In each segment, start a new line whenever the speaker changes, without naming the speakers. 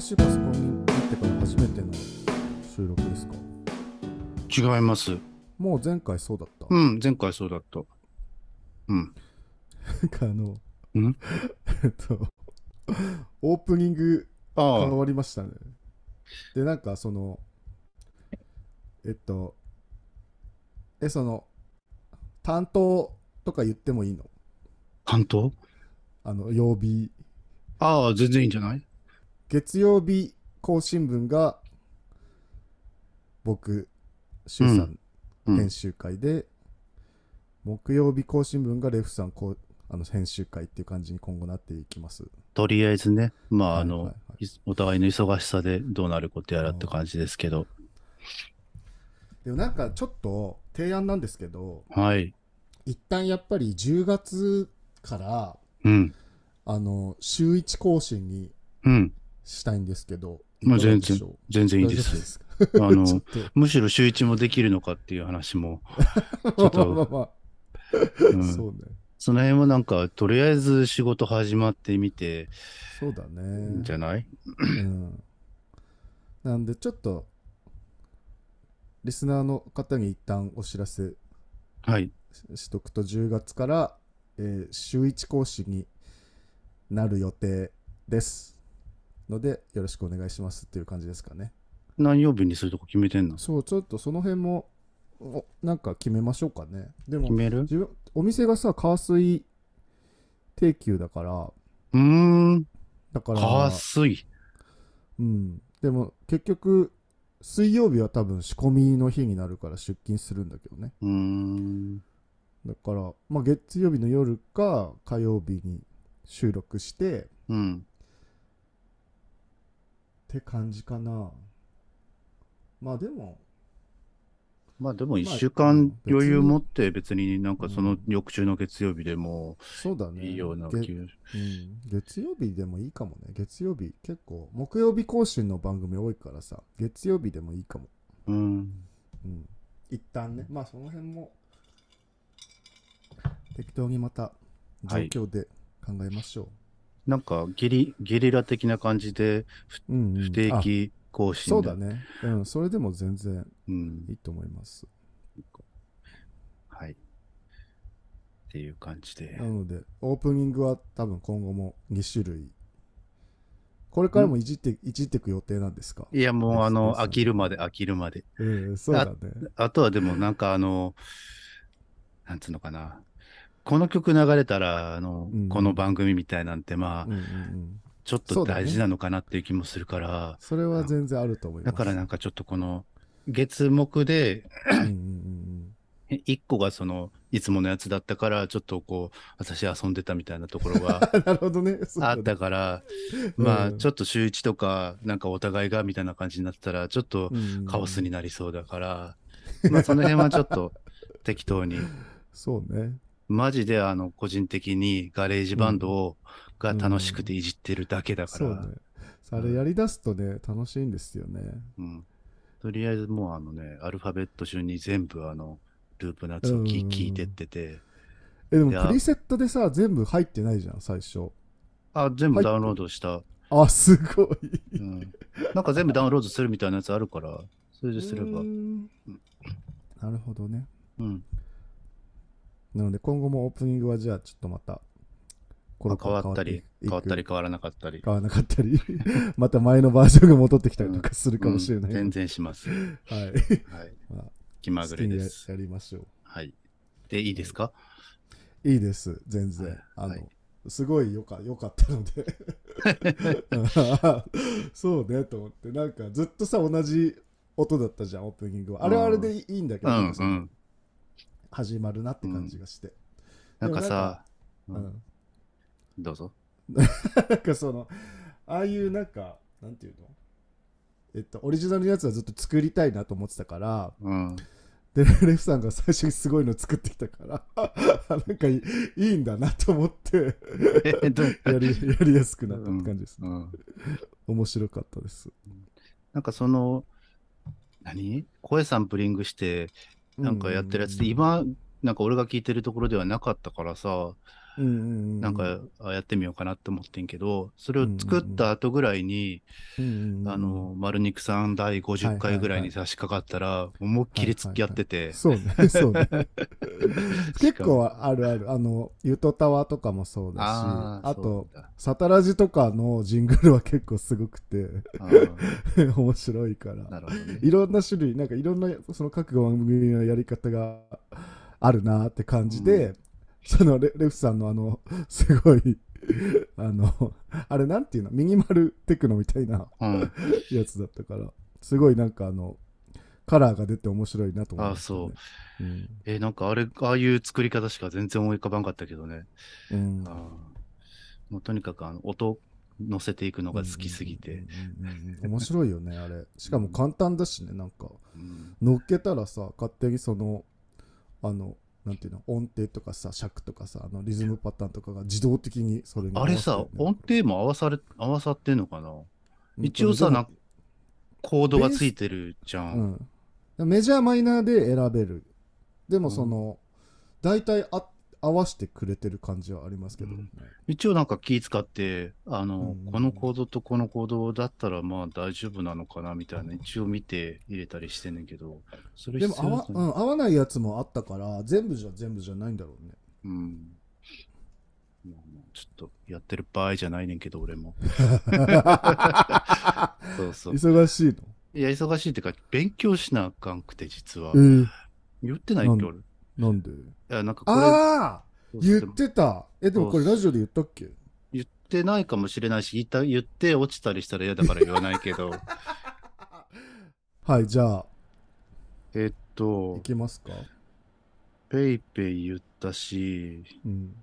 シバスコになってから初めての収録ですか
違います。
もう前回そうだった。
うん、前回そうだった。うん。
なんかあの、
ん
えっと、オープニング
あ
変わりましたね。で、なんかその、えっと、え、その、担当とか言ってもいいの
あ、担当
あの、曜日。
ああ、全然いいんじゃない
月曜日更新分が、僕、周さん
うん
編集会で、木曜日更新分がレフさんこうあの編集会っていう感じに今後なっていきます。
とりあえずね、まあ、あ
はいは
の
い、はい
いお互いの忙しさでどうなることやらって感じですけど。
でもなんかちょっと提案なんですけど、
はい。
一旦やっぱり10月から、
うん。
あの、週1更新に
うん。
したいんですけど、
まあ
いかがでしょう
全然いい
大
で
丈夫
す。
すか。
あ の、
ちょっと
むしろ週一もできるのかっていう話も、
ま
ょ
あ
っ と
まあまあまあ
う
そ
ん、
うね。
その辺もなんか、とりあえず仕事始まってみて、
そうだね。
じゃない
うんなんでちょっとリスナーの方に一旦お知らせ
はい。
ししとくと10月から、えー週1講師になる予定ですのでよろしくお願いしますっていう感じですかね
何曜日にするとこ決めてんの
そうちょっとその辺もおなんか決めましょうかねでも
決める
自分お店がさ川水定休だから
うーん。
だから
かすい。
うん、でも結局水曜日は多分仕込みの日になるから出勤するんだけどね
うーん。
だから、まあ、月曜日の夜か火曜日に収録して
うん。
って感じかなまあでも
まあでも
あ
1週間
うん
余裕持って別になんかそうの
ん
翌週の月曜日でも
そうだね
いいような
げ
気が
うん、月曜日でもいいかもね月曜日結構木曜日更新の番組多いからさ月曜日でもいいかも
うん。
うん一旦ねまあその辺も適当にまた状
はい
況で考えましょう、
なんかゲリゲリラ的な感じで
うんうん
不定
あ
期更新
そう
で
だねうんそれでも全然
うん
い。いと思います
はい。っていう感じで
な。のでオープニングは多分今後も2種類これからもいじっていじっていく予定なんですか
いやもうあの
そうそう
飽きるまで飽きるまで。
うん、そうだね
あとはでもなんかあの、なんつうのかな。この曲流れたら、あの
うん、
この番組みたいなんて、ま
うんうん
あ、
うん
ちょっ
そ
と
うだね
大事なのかなっていう気もするから、
それは全然あると思いま
だ
す
からなんかちょっとこの、月目で
うんうんうん
え一個がそのいつものやつだったからちょっとこう私遊んでたみたいなところが
うんなるほどね そう
あ
だ
っ
ね
たから、
うん
まあちょっと週一とかなんかお互いがみたいな感じになってたらちょっと
うんうん
カオスになりそうだから、まあその辺はちょっと適 当に
そうね
マジであの個人的にガレージバンドを、が楽しくていじってるだけだか
そ
ら、
う
う
ねあ
ん
れやりだすとね楽しいんですよね
とりあえずもうあのねアルファベット順に全部あのループのやつを
うん
聞
うん
聞いてってて
えでも
いや
プリセットでさ全部入ってないじゃん最初
あ全
入って
部ダウンロードした
あすごい
うんなんか全部ダウンロードするみたいなやつあるから、それですれば。
う
うん。
んなるほどねなので今後もオープニングはじゃあちょっとまたコ
まあ変わったり、変わったり
変
変わらなかったり。
わらなかったり また前のバージョンが戻ってきたりとかするかもしれない、
うん全然し ます。は
はい
い。
まあ
気ま
好
ぐ
き
れ
に
で
や
す。
やりましょう
はい。で、いいですか
いいです、全然。
はい
あの、
はい
すごいよかよかったので そうねと思ってなんかずっとさ同じ音だったじゃんオープニングはあれはあれでいいんだけ
う
ど、なん
ん
か
う
その
ん。
始まるなって感じがして、
なんかさ、
うん
うんどうぞ。
なんかそのああいうなんかなんていうのえっとオリジナルのやつはずっと作りたいなと思ってたから
うん。
でレフさんが最初にすごいの作ってきたから なんかいいいいんだなと思って
えどう
やりやりやすくなったって感じですね
うん。
面白かったです。
なんかその、何声サンプリングして、なんかやってるやつって、今、なんか俺が聞いてるところではなかったからさ、
うんうんう
なんかあやってみようかなって思ってんけど、それを作った後ぐらいに、
うんうんうん
あの、丸肉さん第50回ぐらいに差し掛かったら、思いっきり付き合ってて、
そうね、そう ね。結構
あ
あるある。あの、ゆとたわとかもそうだし、あ
ー
と、、
そうだ
サタラジとかのジングルは結構すごくて、
あー
面白いから。
なるほどね。
いろんな種類、なんかいろんな、その各番組のやり方があるなって感じで、
う
そのレ、レフさんのあの、すごい、あの、あれなんていうのミニマルテクノみたいな
うん、
やつだったから、すごいなんかあの、カラーが出て面白いなと思いました、ね。
あ
う。
えーなんかあれ、ああいう作り方しか全然思い浮かばんかったけどね。
ん。うん
あーもうとにかくあの音乗せていくのが好きすぎて。
うんうんうんうん。面白いよね、あれ。しかも簡単だしね、なんか、
うん
乗っけたらさ、勝手にその、あの、なんていうの、音程とかさ、尺とかさ、あのリズムパターンとかが自動的にそれに合
あ
わせ
れ
てね、
さ、音程も合わされ、合わさってんのかな
うん
一応さ
でも
なんかコードがついてるじゃん。
うん。メジャー、マイナーで選べる。でもその、大体あ合わせてくれてる感じはありますけど、
うん一応なんか気使って、あの、
うんうんうん
このコードとこのコードだったらまあ大丈夫なのかなみたいな、一応見て入れたりしてんねんけど、それ
で
必
も
要
合わ,、
だ
うん、合わないやつもあったから、全部じゃ全部じゃないんだろうね。
うん。まあまあちょっとやってる場合じゃないねんけど、俺 も。そうそう。
忙 しいの。
いや、忙しいってか、勉強しなあかんくて、実は
え。ー
言ってない
な
っけ、
ん
俺。い
なんで
や、なんかこれ
ああ
そう
言っ
でも
てたえでもこれ
そう
ラジオで言ったっけ
言ってないかもしれないし、言った言って落ちたりしたら嫌だから言わないけ ど。
はいじゃあ
えっ
行
と、
きますか
ペイペイ言ったし、
うん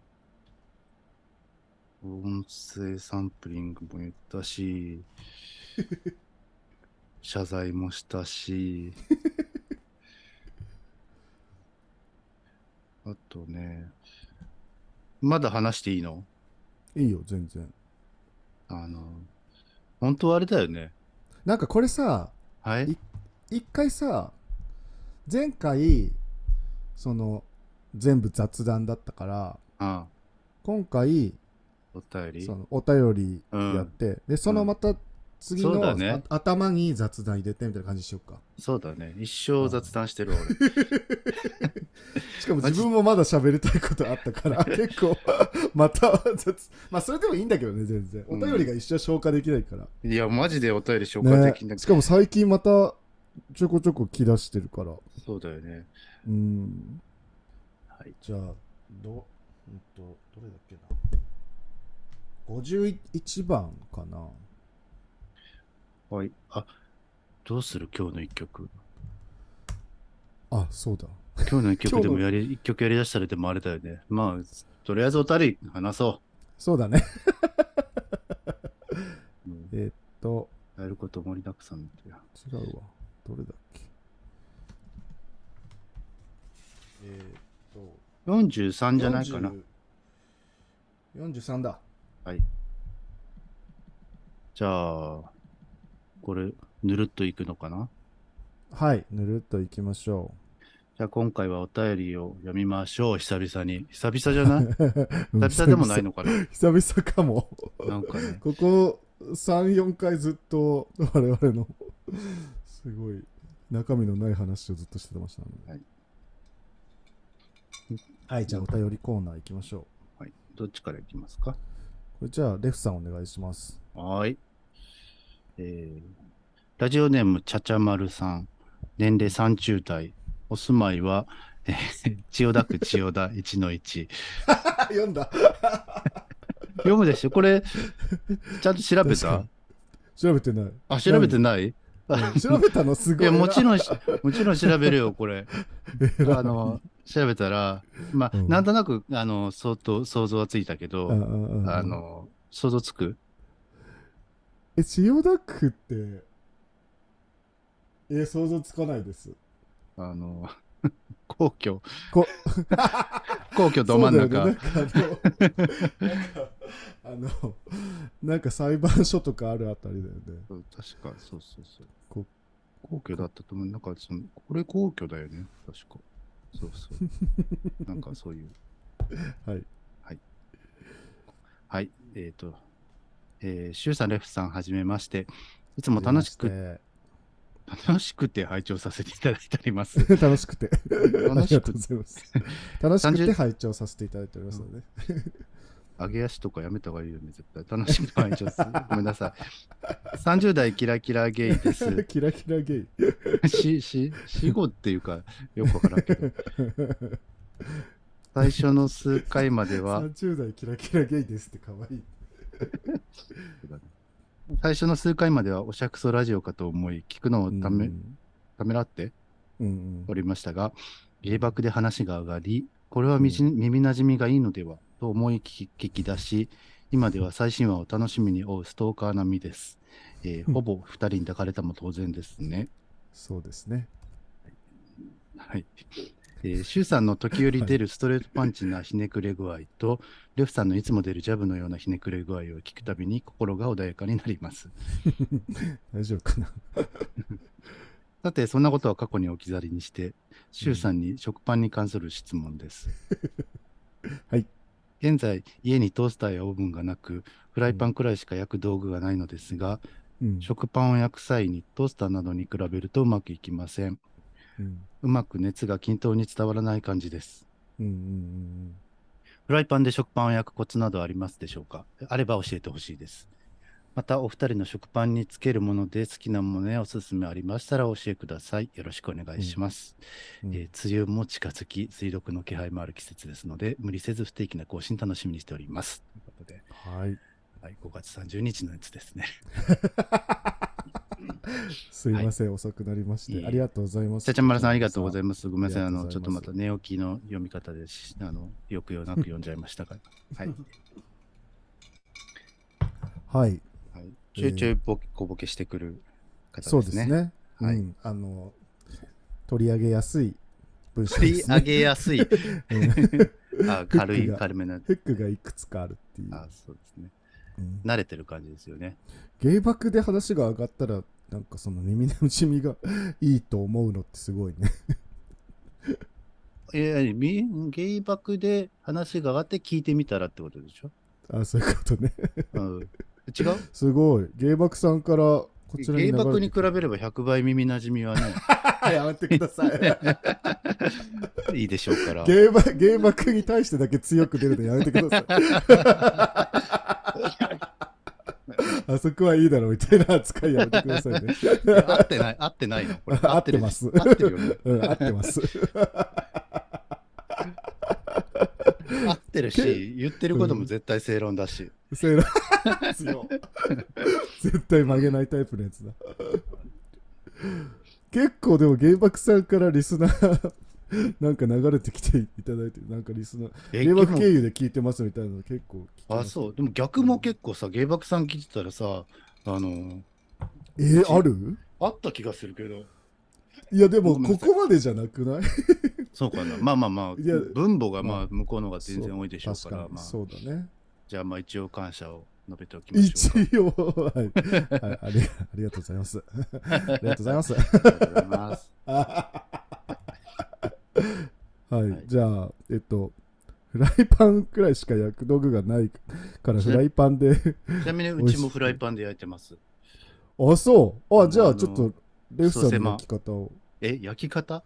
音声サンプリングも言った し、謝罪もしたし、あとね、まだ話していいの
いいよ全然
あの、本当はあれだよね。
なんかこれさ
はい
い一回さ前回その全部雑談だったから
あ
今回
あ、お便り
そのお便りやって、でそのまた次
そう
の、
だね
あ頭に雑談入れてみたいな感じにしようか
そうだね。一生雑談してる俺。
しかも自分もまだ喋りたいことあったから 結構また雑まあそれでもいいんだけどね全然お便りが一生消化できないから、
いや、マジでお便り紹介できな
ね、
く、
してかも最近またちょこちょこ来だしてるから
そうだよね。
うん
はい。
じゃあど,、えっと、どれだっけな51番かな
はい。あ、どうする今日の一曲。
あそうだ
今日の一曲で
今日
も
の
やり、一曲やりだしたらでもあれだよね。まあ、とりあえずお便り話そ
そうだね
う。うん
えっと
やること盛りだくさんみたいな。
違うわどれだっけえーっと
43じゃないかな。
40 43だ
じゃあ、これ、ぬるっといくのかな
はいぬるっといきましょ
じゃあ今回はお便りを読みましょう。久々に。久々じ ゃないう 久々でもないのかな
久々久々かも
なんかね。
ここ34回ずっと我々のすごい中身のない話をずっとしてましたのでは
はいい、
じゃあお便りコーナー行きましょう
はい。どっちからいきますか
これじゃあレフさんお願いします
はーい。えーラジオネーム、ちゃちゃまるさん。年齢30代。お住まいは、えー千代田区千代田1の1。
あ 読んだ
読むでしょこれ、ちゃんと調べ
確か
た
に調べてない
あ、調べてない
うん 調べたのす
い
ごい
や、
な
もちろんし、もちろん調べるよ、これ。
偉い
あの、調べたら、まあ、
うん
なんとなく、あの、相当想像はついたけ
うん
ど、
うんうんうん
あの、想像つく
え千代田区ってえ想像つかないです
あの、 皇居、
こ
皇居ど真ん中。
そうだよねなんかあのなんかあの なんか裁判所とかあるあたりだよね
そう確か、そうそうそう。
こ
皇居だったと思う。なんかその、これ皇居だよ ね、確か。そうそう。なんかそういう。
はい
はい。えっ、と、えー、シュウさん、レフさん、はじめまして。いつも楽しく、
く
楽しくて拝聴させていただいております。
て。 楽しくて。あ
楽
り
し
がとう
く
ご、ざいます。楽しくて
30
拝聴させていただいておりますので、ね。
上げ足とかやめた方がいいよね、絶対。楽しくて拝聴する。ごめんなさい。30代キラキラゲ イです。
キラキラゲイ。
し、し、死後っていうか、よくわからんけど。最初の数回まで は、
30代キラキラゲイですって可愛い。
最初の数回まではおしゃくそラジオかと思い、聞くのをため、
うん
ためらって
うん
おりましたが、芸爆で話が上がり、これはみじ耳なじみがいいのではと思い聞き聞き出し、今では最新話を楽しみに追うストーカー並みです。えーほぼ二人に抱かれたも当然ですね。
そうですね。
はい。えー、シュウさんの時折出るストレートパンチなひねくれ具合と、レフさんのいつも出るジャブのようなひねくれ具合を聞くたびに心が穏やかになります。
大丈夫かな。
さて、そんなことは過去に置き去りにして、シュウさんに食パンに関する質問です。
はい。
現在、家にトースターやオーブンがなく、フライパンくらいしか焼く道具がないのですが、
うん
食パンを焼く際にトースターなどに比べるとうまくいきません。
うん
うまく熱が均等に伝わらない感じです。
うんうん
フライパンで食パンを焼くコツなどありますでしょうかあれば教えてほしいです。また、お二人の食パンにつけるもので好きなものやおすすめありましたら教えください。よろしくお願いします。
うん
えー梅雨も近づき、水毒の気配もある季節ですので、無理せず不定期な更新楽しみにしております。ということで、
はい。
はい、5月30日のや つですね。
すいません、遅くなりまし
いえい
て。
え
ありがとうございます。
ちゃちゃんまるさん、ありがとうござい
ま
ます。ごめんなさい。
あ
あ
りがとうご
の、ち
ざ
ょ
い
っ
ます
とまた寝起きの読み方でし、あの、よくよなく読んじゃいましたが。はい。
す。はい。
はい、ちょいちょいぼ小ボケしてくる方です
そ
ね。
うですね。
は
う
い
ん。あの、取り上げやすい 文章
取
で
り
す
上
ね。
げやすい。あ軽
フッ
い、
クが
軽めな。
フックがいくつかあるっていう
あ。そうですね。
うん
慣れてる感じですよね。
芸爆で話が上がったら、なんかその耳なじみがいいと思うのってすごいね。
いやいや、みゲイバクで話が上がって聞いてみたらってことでしょ、
あそういうことね。
うん、違う
すごい。芸爆さんからこちらに
ゲイバクに比べれ
ば。
ば100倍耳なじみはね、
やめてください。
いいでしょうから。
芸爆芸爆に対してだけ強く出るのやめてください。あそこはいいだろうみたいな扱いやめてくださいね。
いや合ってない、合ってないの。これ
合ってます
合ってるよね。
うん、合ってます。
合ってるし、言ってることも絶対正論だし。
せーの強い絶対曲げないタイプのやつだ結構でも原爆さんからリスナー なんか流れてきていただいてなんかリスナー
え
原爆
でも
経由で聞いてますみたいなの結構聞き
あ、
う
そう。でも逆も結構さ、ゲイバクさん聞いてたらさ、あの、
えー、ある
あった気がするけど。
いやでも
ごめんな
こ
さ
こまでじゃなくない
そうかな。まあまあまあ、
いや
分母がま
ま
あ向こうの方が全然多いでしょう
確
から、
かに
まあ、
そうだね
じゃあまあ一応感謝を述べておきまし
一
ょう
応はい、はい、ありありがとうございますありがとうございます
か。ありがとうございます。
はい、
はい
じゃあえっとフライパンくらいしか焼く道具がないから
ち
フ
な
ライパンで
ちなみにうちもフライパンで焼いてます。
あそうあじゃ
あ
あ
の
ちょっとレフさんの焼き方 を
え、焼き方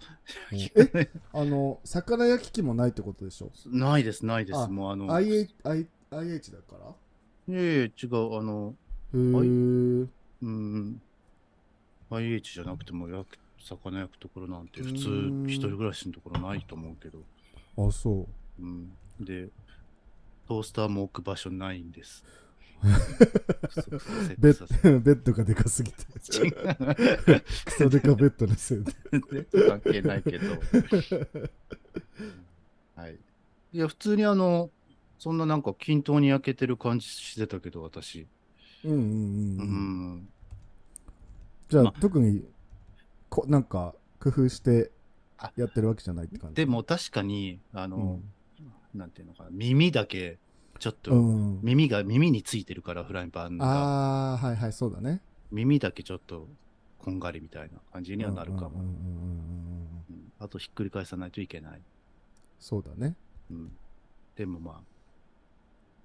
えあの魚焼き器もないってことでしょ
ないです、ないです。
あ
もうあの、い
IH, I- IH だから
えいえ、違う、あの、
へー
うーん、IH じゃなくても焼く、魚焼くところなんて普
うーん
通、一人暮らしのところないと思うけど。
あそう
うん。で、トースターも置く場所ないん です。
ベ ッ ベッドがでかすぎて
違う
クソデカベッドのせいで
関係ないけど。はい。いや、普通にあの、そんななんか均等に焼けてる感じしてたけど、私。
うんうんうん、
う
うん
ん。
じゃあ、
ま
特にこなんか工夫して
あ
やってるわけじゃないって感じ
でも確かに、あ
う
の
ん、
なんていうのかな、耳だけ、ちょっ
う
と、
ん、
耳が、耳についてるから、フライパンが。
ああはいはいそうだね
耳だけちょっと、こんがりみたいな感じにはなるか
うんうんう
も。
んうんうん
うんあと、ひっくり返さないといけない。
そうだね
うん。でもまあ、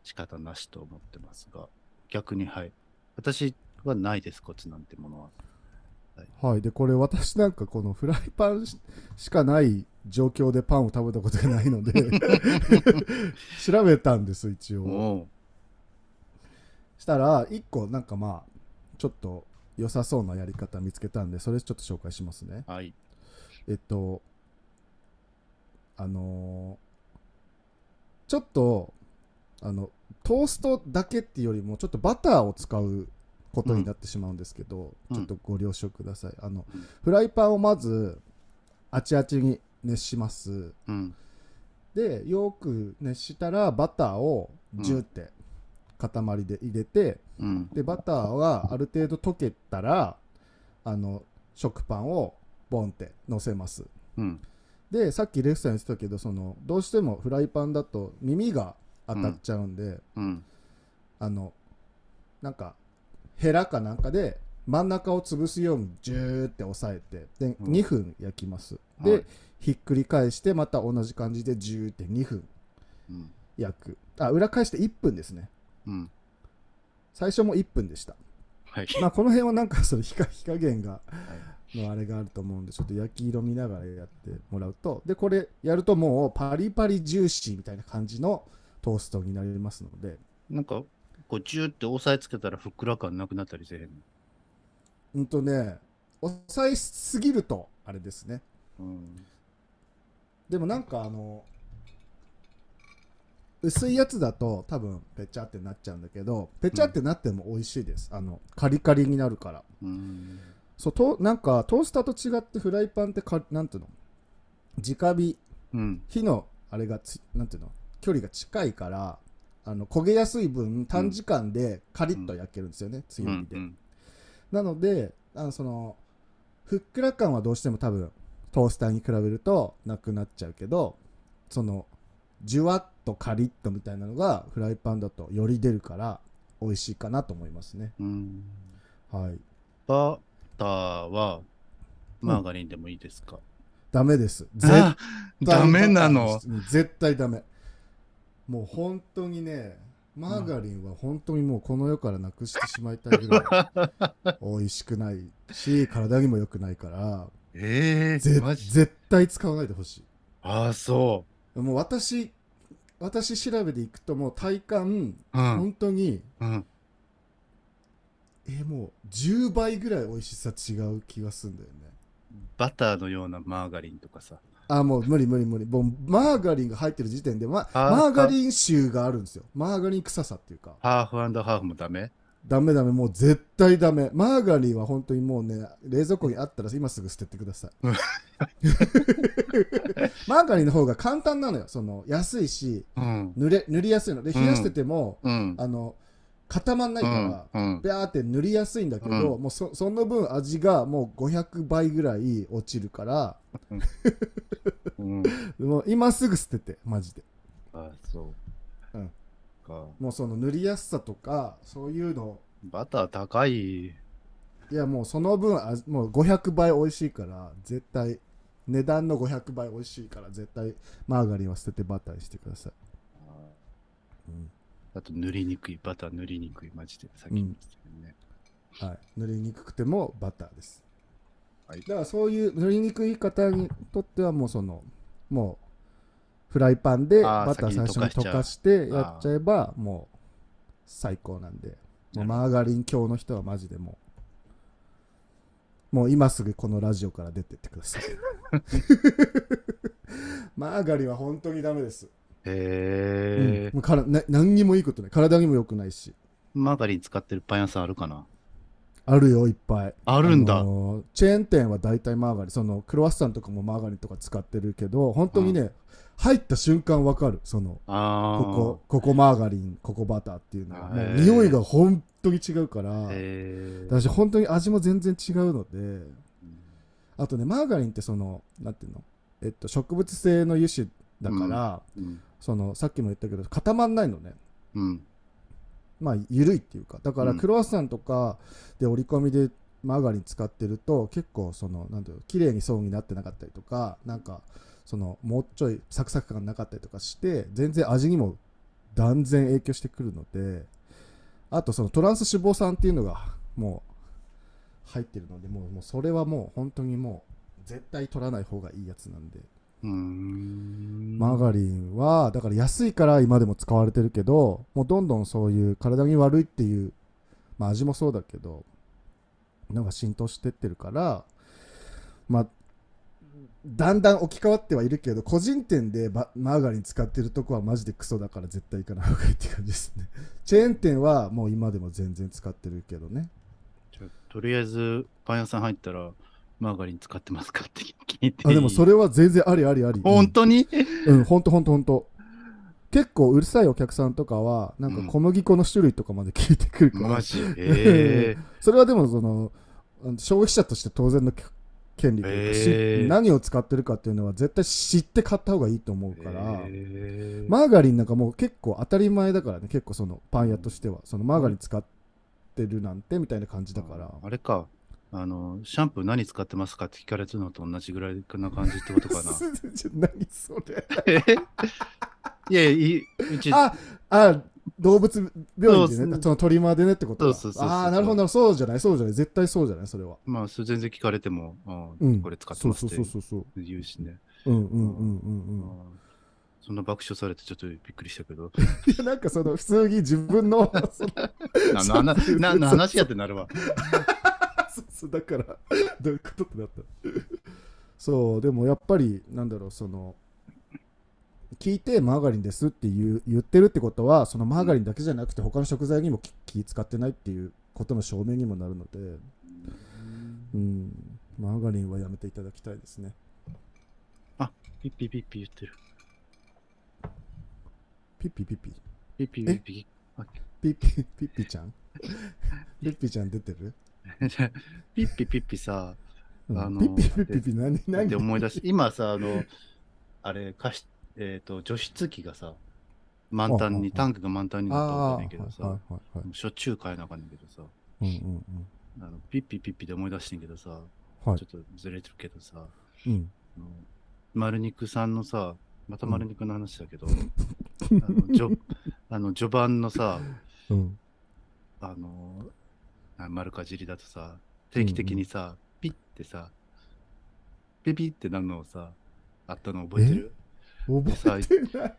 仕方なしと思ってますが、逆にはい。私はないです、コツなんてものは。
はい。で、これ私なんかこのフライパンししかない状況でパンを食べたことがないので、調べたんです、一応。
おう
したら1個なんかまあちょっと良さそうなやり方見つけたんでそれちょっと紹介しますね
はい。
えっとあのーちょっとあのトーストだけっていうよりもちょっとバターを使うことになってしまうんですけど、
うん
ちょっとご了承くださいあの
うん
フライパンをまずあちあちに熱します
うん。
でよく熱したらバターをジューって塊で入れて、
うん。
でバターはある程度溶けたらあの食パンをボンって乗せます
うん。
でさっきレフさん言ってたけどそのどうしてもフライパンだと耳が当たっちゃうんで、
うん。
あのなんかヘラかなんかで真ん中を潰すようにジューって押さえてで、
うん
2分焼きますで、
はい
ひっくり返してまた同じ感じでジューって2分
うん。
焼くあ裏返して1分ですね
うん。
最初も1分でした
はい。
まあこの辺はなんかその火加火加減がのあれがあると思うんでちょっと焼き色見ながらやってもらうとでこれやるともうパリパリジューシーみたいな感じのトーストになりますので
なんか、こう、ジューって押さえつけたらふっくら感なくなったりせえへん
うんとね抑えすぎるとあれですね
の。うん。
でもなんかあの薄いやつだと多分ペチャってなっちゃうんだけどペチャってなっても美味しいです、あのカリカリになるから
うん。
そうとなんかトースターと違ってフライパンってかなんていうの直火
うん。
火のあれがつなんていうの距離が近いからあの焦げやすい分短時間でカリッと焼けるんですよね、強火で、
うん
なのであのそのふっくら感はどうしても多分トースターに比べるとなくなっちゃうけどそのじゅわっとカリッとみたいなのがフライパンだとより出るから美味しいかなと思いますね
うん。うん。
はい
バターは、マーガリンでもいいですか、
ダメです絶
あダメなの
うん絶対ダメもう本当にねマーガリンは本当にもうこの世からなくしてしまいたいぐら い美味しくないし体にも良くないから
ええ
ぜ
マジ
絶対使わないでほし
ああ、そ
いもう私私調べでいくともう体感、
う。うん。
本当に
うん。
えもう10倍ぐらい美味しさ違う気がするんだよね
バターのようなマーガリンとかさ。
あもう無理無理無理もうマーガリンが入ってる時点で、ま、
あー
マーガリン臭があるんですよマーガリン臭さっていうか
ハーフハーフもダメ
ダメダメもう絶対ダメマーガリンは本当にもうね冷蔵庫にあったら今すぐ捨ててくださいマーガリンの方が簡単なのよその安いし
うん。
塗れ塗りやすいので
う
冷
ん
やしてても、
うん。
あの固まんないから、
うんうん
ビャーって塗りやすいんだけど、もうそその分味がもう500倍ぐらい落ちるから
うん、
もう今すぐ捨ててマジで
あそう。
うん
か。
もうその塗りやすさとかそういうの
バター高い。
いやもうその分あもう500倍美味しいから絶対値段の500倍美味しいから絶対マーガリンは捨ててバターにしてください、
あと塗りにくい。バター塗りにくい。マジで。さっきも言ってたけどね。
はい、塗りにくくてもバターです、
はい
だからそういう塗りにくい方にとってはもうそのもうフライパンで
あー
バター最初に
先に
溶
溶
か
か
してやっちゃえばもう最高なんでもうマーガリン教の人はマジでもうもう今すぐこのラジオから出てってくだ さいマーガリンは本当にダメです、
へえ
うん、もうからな何にもいいことない体にも良くないし
マーガリン使ってるパン屋さんあるかな
あるよいっぱい
あるんだ。
あのーチェーン店は大体マーガリンそのクロワッサンとかもマーガリンとか使ってるけど本当にね、入った瞬間わかるその
あ
こ
あ。
こここマーガリンここバターっていうのはも
へ
う
ー
匂いが本当に違うから
へえ。
私本当に味も全然違うのであとねマーガリンってそのなんていうの、えっと、植物性の油脂だから、
うん。
そのさっきも言ったけど固まんないのね
うん。
まあ緩いっていうかだから
うん
クロワッサンとかで折り込みでマーガリン使ってると結構そのなんていうの綺麗に層になってなかったりとかなんかそのもうちょいサクサク感なかったりとかして全然味にも断然影響してくるのであとそのトランス脂肪酸っていうのがもう入ってるのでもうもうそれはもう本当にもう絶対取らない方がいいやつなんで
うーん。
マーガリンはだから安いから今でも使われてるけどもうどんどんそういう体に悪いっていう、まあ、味もそうだけどのが浸透してってるからまあだんだん置き換わってはいるけど個人店でバマーガリン使ってるとこはマジでクソだから絶対行かない方がいいって感じですねチェーン店はもう今でも全然使ってるけどね
じゃあとりあえず、パン屋さん入ったら、マーガリン使ってますかって聞いてい
あ
い。
でもそれは全然ありありあり
本当に
うん、ほんとほんとほんと。結構うるさいお客さんとかは、なん
うん
か小麦粉の種類とかまで聞いてくるから、
マジええ
それはでもその、うん消費者として当然の権利というか、し
へー
何を使ってるかっていうのは絶対知って買った方がいいと思うから、
ええ
マーガリンなんかもう結構当たり前だからね、結構そのパン屋としては、そのマーガリン使ってるなんてみたいな感じだから、
あれか。あの、シャンプー何使ってますかって聞かれてるのと同じぐらいな感じってこと かな。
ちょ何それ。
えいやいや、うち、
ああ動物病院で
そうそ
ね
う
そのトリマーでねってことか
そうそうそうそう
ああなるほどなるほどそうじゃないそうじゃない絶対そうじゃないそれは、
まあ、そう全然聞かれても、あ
うん、
これ使ってます
そ
っ
う
て
そうそうそう
言うしね。
そううんうんうんうんうん
あそんな爆笑されてちょっとびっくりしたけ ど。
いやなんかその普通に自分 のその
ななななな話やってなるわ。
そうそうだからどういうことってなったそうでもやっぱりなんだろうその聞いてマーガリンですって言う言ってるってことはそのマーガリンだけじゃなくて他の食材にも気気使ってないっていうことの証明にもなるのでうんマーガリンはやめていただきたいですね
ピッピピッピ言ってる。
ピッピピッピ
ピッピピッピ。
ピッピピッピちゃ んピッピちゃん出てる、
ピッピピッピさ、
うん
あの
ピッピピッピピ何
っ
何
て思い出して、今さ、あの、あれ、加湿えっ、と、除湿器がさ、満タンに、タンクが満タンになったわ
ああ
けだ
ー
けどさ、
はいはいはい
しょっちゅう買えなあかんねんけどさ、
うんうん
あのピッピピッピで思い出してんけどさ、
うんは
ちょ
い
っとずれてるけどさ、
うん
あの丸肉さんのさ、また丸肉の話だけど、あのじょあの序盤のさ、
うん
あのあ丸かじりだとさ、定期的にさ、ピッてさ、ピピってなるのをさ、あったの覚えてる
覚えてない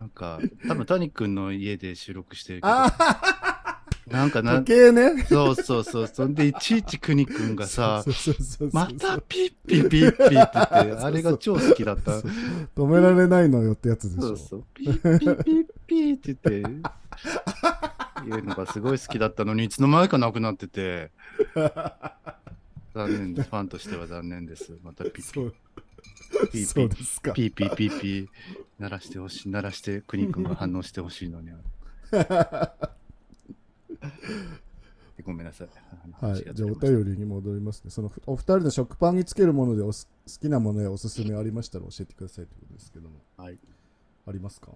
なんか、多分谷君の家で収録してるけど、
あ
なんか
あ
な
時、計ね
そうそうそう、そんでいちいち邦君がさ、
そうそうそうそう
またピッピピッピって言って、あれが超好きだった。
そう止められないのよってやつでしょ
そうそう、ピッピッピッピって言って、言うのがすごい好きだったのに、いつの間にかなくなってて、残念です。ファンとしては残念です。またピッピ
そう
ピー
そうですか
ピーピーピーピー鳴らしてほしい、鳴らして、くにくんが反応してほしいのに。ごめんなさい。
は
話
い
が、
じゃあ
ずれ
お
ました
便りに戻りますね。そのお二人の食パンにつけるものでおす好きなものやおすすめありましたら教えてくださいということですけども、
はい
ありますか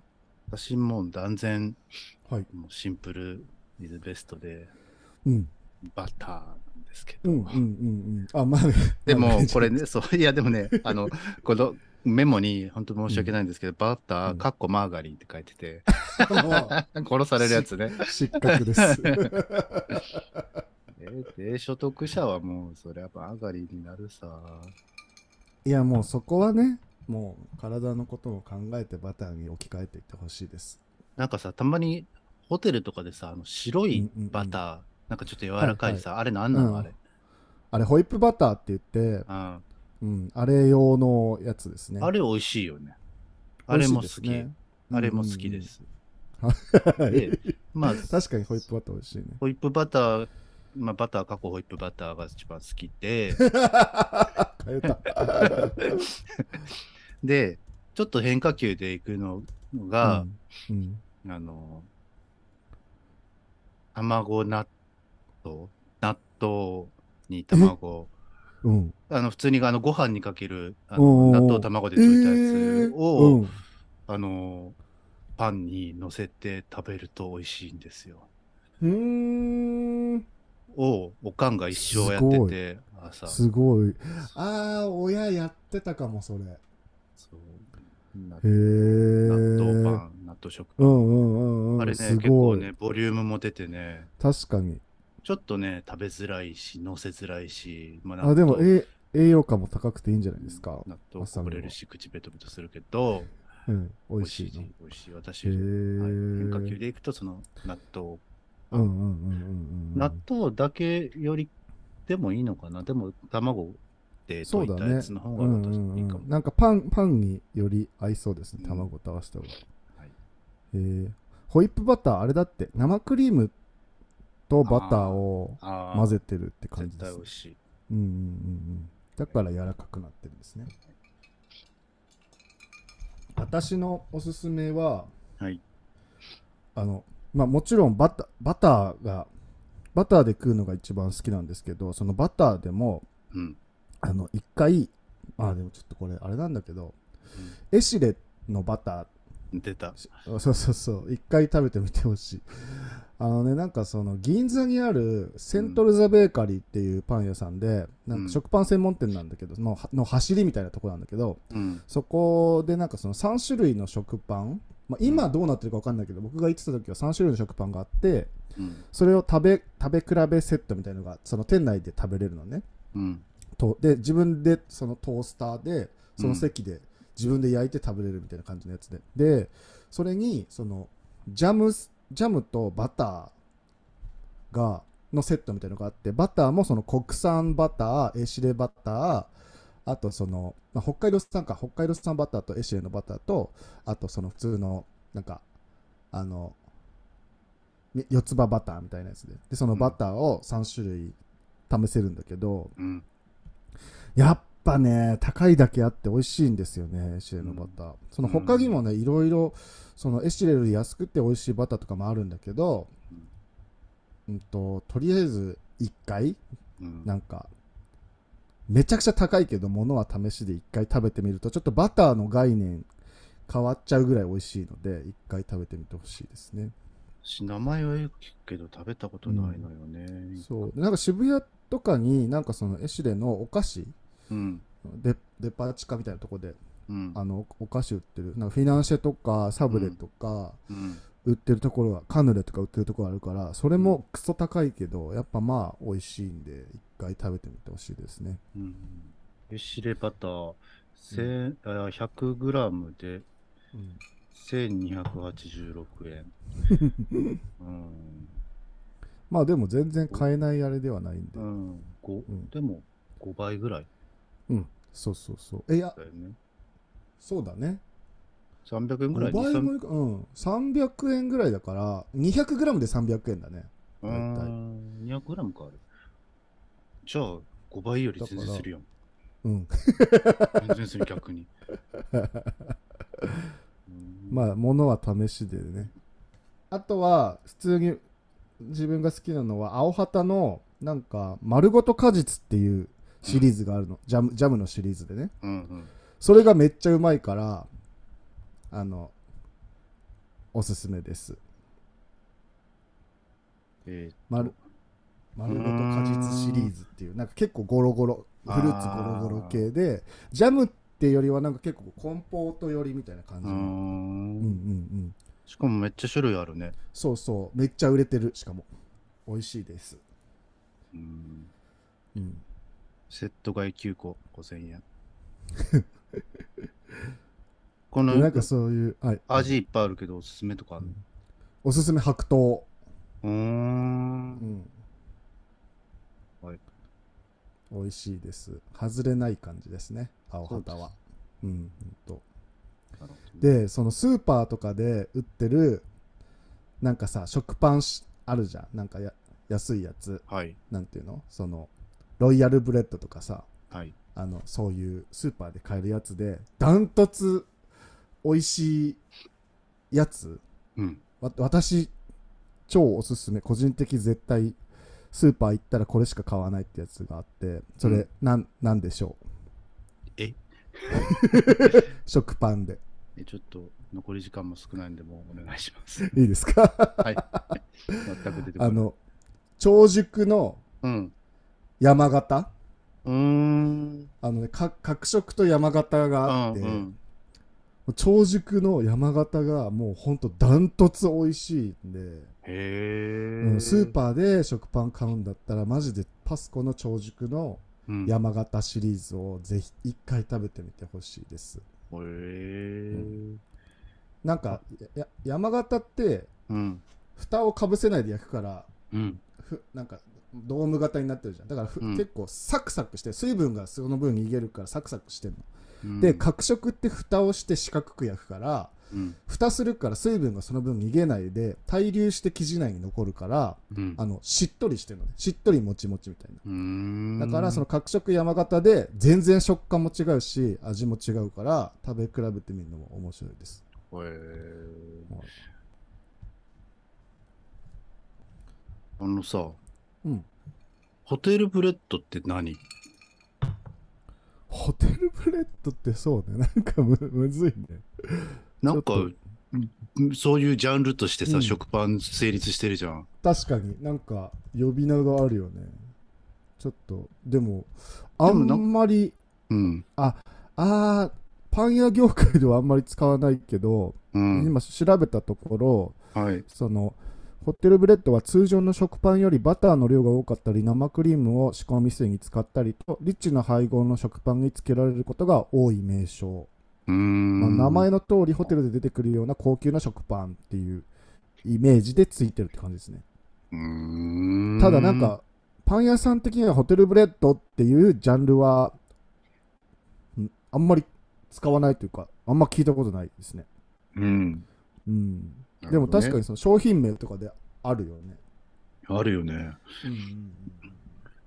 私もう断然、
はい。
もうシンプル、イズベストで、
うん。
バターなんですけ
う
ど。
んうんうんうん。あ、まあ、
で も、こ
れ、
れね、そう、いや、でもね、あの、このメモに、本当申し訳ないんですけど、バター、カッコマーガリンって書いてて、殺されるやつね。
失格 です。
え低所得者はもう、そりゃマーガリンになるさ。
いや、もうそこはね、もう体のことを考えてバターに置き換えていってほしいです。
なんかさ、たまにホテルとかでさ、あの白い
うんうんうん
バター、なんかちょっと柔らかいさ、あれなんな
うん
のあれ。
あれ、ホイップバターって言って、
うん
うん、あれ用のやつですね。
あれ美味しいよね。あれも好
美味し
き。
いですね
あれも好きで。す。
うんうんうん
で、 まあ、
確かにホイップバター美味し いね。
ホイップバター、まあ、バター、過去ホイップバターが一番好き で、
変えた。
で、ちょっと変化球で行くのが、
うん、
あの、卵納豆、納豆に卵、
うん、
あの普通にあのご飯にかけるあ
お
の
うおう
納豆卵で溶いたやつを、
うん、
あのパンに乗せて食べると美味しいんですよ。
うーん
をおかんが一生やってて朝そう
すごいああ親やってたかもそれへ
納
え
納豆パン納ト食パ
う
ン。
んうんうんうん。
あれね、
す
結
ご
構
い。
ね、ボリュームも出てね、
確かに。
ちょっとね、食べづらいし、乗せづらいし、まあ、
あ、でも、
え
え栄養価も高くていいんじゃないですか。
納豆こぼれるし、口ベトベトするけど、
うん、美
美
味
味し
しいの。
い
へ、
美味しい。私、
え。う
はい、変
ん
化球でいくと、その納豆、
うんうんうんう
納
ん。
豆だけよりでもいいのかな、でも卵で
そ
溶
う
い
だ
た
ね
やつの。
う
方
ん
が
うん
私いいか
う
も
ん。。なんかパン、パンにより合いそうですね。
うん
卵と合わせた方が。
はい
へえ。ホイップバター、あれだって、生クリームとバターを
ああ、
混ぜてるって感じで
絶対
す
美
ね
味。しい。
うんうんうんうん。だから柔らかくなってるんですね。私のおすすめは、
はい。
あの、まあもちろんバタバターが、バターで食うのが一番好きなんですけど、そのバターでも、
うん。
あの、一回、あ、でもちょっとこれ、あれなんだけど、エシレのバター
出た。
しあ そうそうそう一回食べてみてほしいあのねなんかその銀座にあるセントルザベーカリーっていうパン屋さんで、なんか食パン専門店なんだけどのの走りみたいなとこなんだけど
うん。
そこでなんかその3種類の食パン、まあ、今どうなってるか分かんないけど、僕が行ってた時は3種類の食パンがあって
うん。
それを食べ食べ比べセットみたいのがその店内で食べれるのね
うん。
とで自分でそのトースターでその席で自分で焼いて食べれるみたいな感じのやつででそれにそのジャムスジャムとバターがのセットみたいなのがあってバターもその国産バターエシレバターあとその、まあ、北海道産か北海道産バターとエシレのバターとあとその普通のなんかあのみ四つ葉バターみたいなやつででそのバターを3種類試せるんだけど、
うん。
やっぱね、高いだけあって美味しいんですよね、エシレのバター。その他にもね、いろいろ、そのエシレより安くて美味しいバターとかもあるんだけど、うんと、とりあえず1回、
うん。
なんか、めちゃくちゃ高いけど、ものは試しで1回食べてみると、ちょっとバターの概念変わっちゃうぐらい美味しいので、1回食べてみてほしいですね。
し名前はよく聞くけど食べたことないのよね。
そう。でなんか渋谷とかに、なんかそのエシレのお菓子、
うん。
デデパ地下みたいなとこで
うん。
あのおお菓子売ってるなんかフィナンシェとかサブレとか
うん。
売ってるところは、カヌレとか売ってるところあるからそれもクソ高いけどやっぱまあ美味しいんで一回食べてみてほしいですね
うん。エシレバター、千あ100グラムで1286円。 うん。
まあでも全然買えないあれではないんで、
う
うん
ん。ご
うん
でも5倍ぐらい
そうそうそうえいや
だよね。
そうだね
300円ぐ
5
らい
倍もいく、うん、300円ぐらいだから 200g で300円だね
う
大体
ん。200グラムかある。じゃあ5倍より全
だか
然
ら
す るやん。
うん
全然する逆 に。うん
まあ、ものは試しでね。あとは、普通に自分が好きなのは、青旗の、なんか、丸ごと果実っていうシリーズがあるの。ジャム、ジャムのシリーズでね。
うんうん。
それがめっちゃうまいから、あの、おすすめです。
えーっと
丸丸ごと果実シリーズっていう、なんか結構ゴロゴロ、フルーツゴロゴロ系で、ジャムっていうよりはなんか結構コンポート寄りみたいな感
う
じ
ー
の。うんうん
ん
うん。
しかもめっちゃ種類あるね。
そうそう、めっちゃ売れてる、しかも。美味しいです。
うん
うん、
セット買い9個5000円。 この
なんかそういう、はい、
味いっぱいあるけどおすすめとかある
おすすめ白桃、
うー。
うんん
はい
美味しいです外れない感じですね青旗はうん、ほんと
なるほどね、
でそのスーパーとかで売ってるなんかさ食パンしあるじゃんなんかや安いやつ
はい。
なんていうのそのロイヤルブレッドとかさ
はい。
あのそういうスーパーで買えるやつでダントツ美味しいやつ
うん。
わ私超おすすめ個人的絶対スーパー行ったらこれしか買わないってやつがあってそれ、
うん
なんなんでしょう
え
食パンで
えちょっと残り時間も少ないんで、もうお願い します。
いいですか
はい。全く出てこない。
あ、の長熟の
うん。
山形
うーん。
あのねか角色と山形が
あ
あって、
うん
長熟の山形がもうほんとダントツ美味しいんで、
へ
う
え。
ん、スーパーで食パン買うんだったらマジでパスコの長熟の
うん。へ
山形シリーズをぜひ一回食べてみてほしいです
え。
なんかやや山形って
うん。
蓋をかぶせないで焼くから
うん。
ふなんかドーム型になってるじゃんだからふ、
うん
結構サクサクして水分がその分逃げるからサクサクしてんの、
うん
で、角食って蓋をして四角く焼くから
うん。
蓋するから水分がその分逃げないで対流して生地内に残るから
うん。
あのしっとりしてるのねしっとりもちもちみたいな
うーん
だからその、角食山形で全然食感も違うし味も違うから食べ比べてみるのも面白いです
へーあのさ、
うん
ホテルブレッドって何
ホテルブレッドってそうね なんかむむずいね
なんか
ちょっ、
うんそういうジャンルとして
う
さ、
ん
食パン成立してるじゃん。
確かになんか呼び名があるよねちょっとでもあ
でも
ん
な
まり
うん。
あーパン屋業界ではあんまり使わないけど、
うん。
今調べたところ
はい。
そのホテルブレッドは通常の食パンよりバターの量が多かったり生クリームを仕込み水に使ったりとリッチな配合の食パンにつけられることが多い名称、
うー
まあ
ん。
名前の通りホテルで出てくるような高級な食パンっていうイメージでついてるって感じですね
うーん
ただなん、かパン屋さん的にはホテルブレッドっていうジャンルはんあんまり使わないというかあんま聞いたことないですね
うん。
うん
な
で
る
も
ほどね
確かにその商品名とかであるよね
あるよね。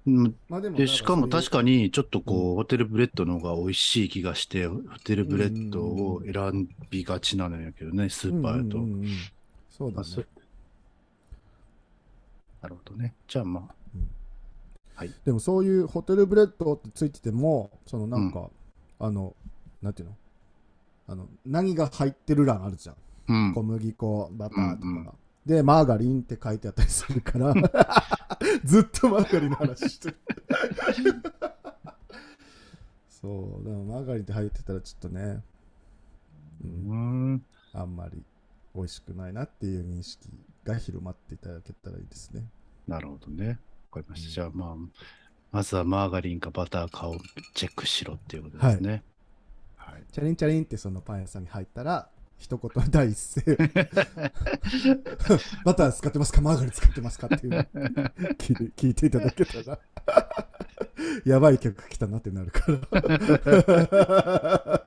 うんうんうん
うん
まあでも
で、しかも確
か
かに、ちょっとこう、
うん
ホテルブレッドの方が美味しい気がして、ホテルブレッドを選びがちなのやけどね、スーパーだと。
うんうんうんうんそうだ
あ
ね
そうなるほどね。じゃあまあ、
でもそういうホテルブレッドってついててもそのなんか、あのなんていうのあの何が入ってる欄あるじゃん
うん
小。麦粉バターとか、
うんうん
でマーガリンって書いてあったりするから ずっとマーガリンの話してるそうでもマーガリンって入ってたらちょっとね、う、
うんん
あんまり美味しくないなっていう認識が広まっていただけたらいいですね
なるほどね。わかりました。じゃあまあ、まずはマーガリンかバターかをチェックしろっていうことですね。はい。
チャリンチャリンってそのパン屋さんに入ったら一言第一声 バター使ってますかマーガリン使ってますかっていうのを聞いて聞いていただけたらやばい曲来たなってなる からは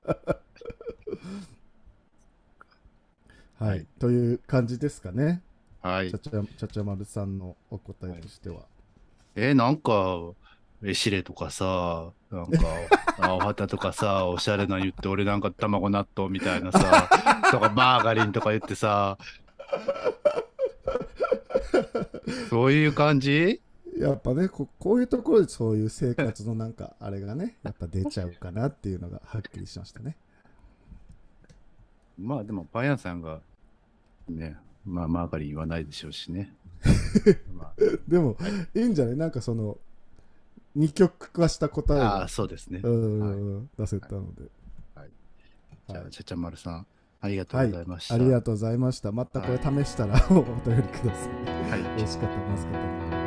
い、
はい
という感じですかね
はい
ちゃ。ちゃちゃちゃまるさんのお答えとしては、
えーなんか、えシレとかさ、なん か、青旗とかさ、おしゃれなの言って、俺なんか卵納豆みたいな さ、とかマーガリンとか言ってさ、そういう感じ
やっぱねここういうところでそういう生活のなんかあれがねやっぱ出ちゃうかなっていうのがはっきりしましたね
まあでも、パン屋さんが、ね、まあマーガリン言わないでしょうしね。 ま
でもいいんじゃないなんかその二極化した答え
あ、あ
が
あ、そうですね。
うん出せたので、
はい
は
じ
い
ゃあ、ちゃちゃまるさん、ありがとうございました。
ありがとうございましたまたこれ試したらお便りください
はい
美味しかったまずかった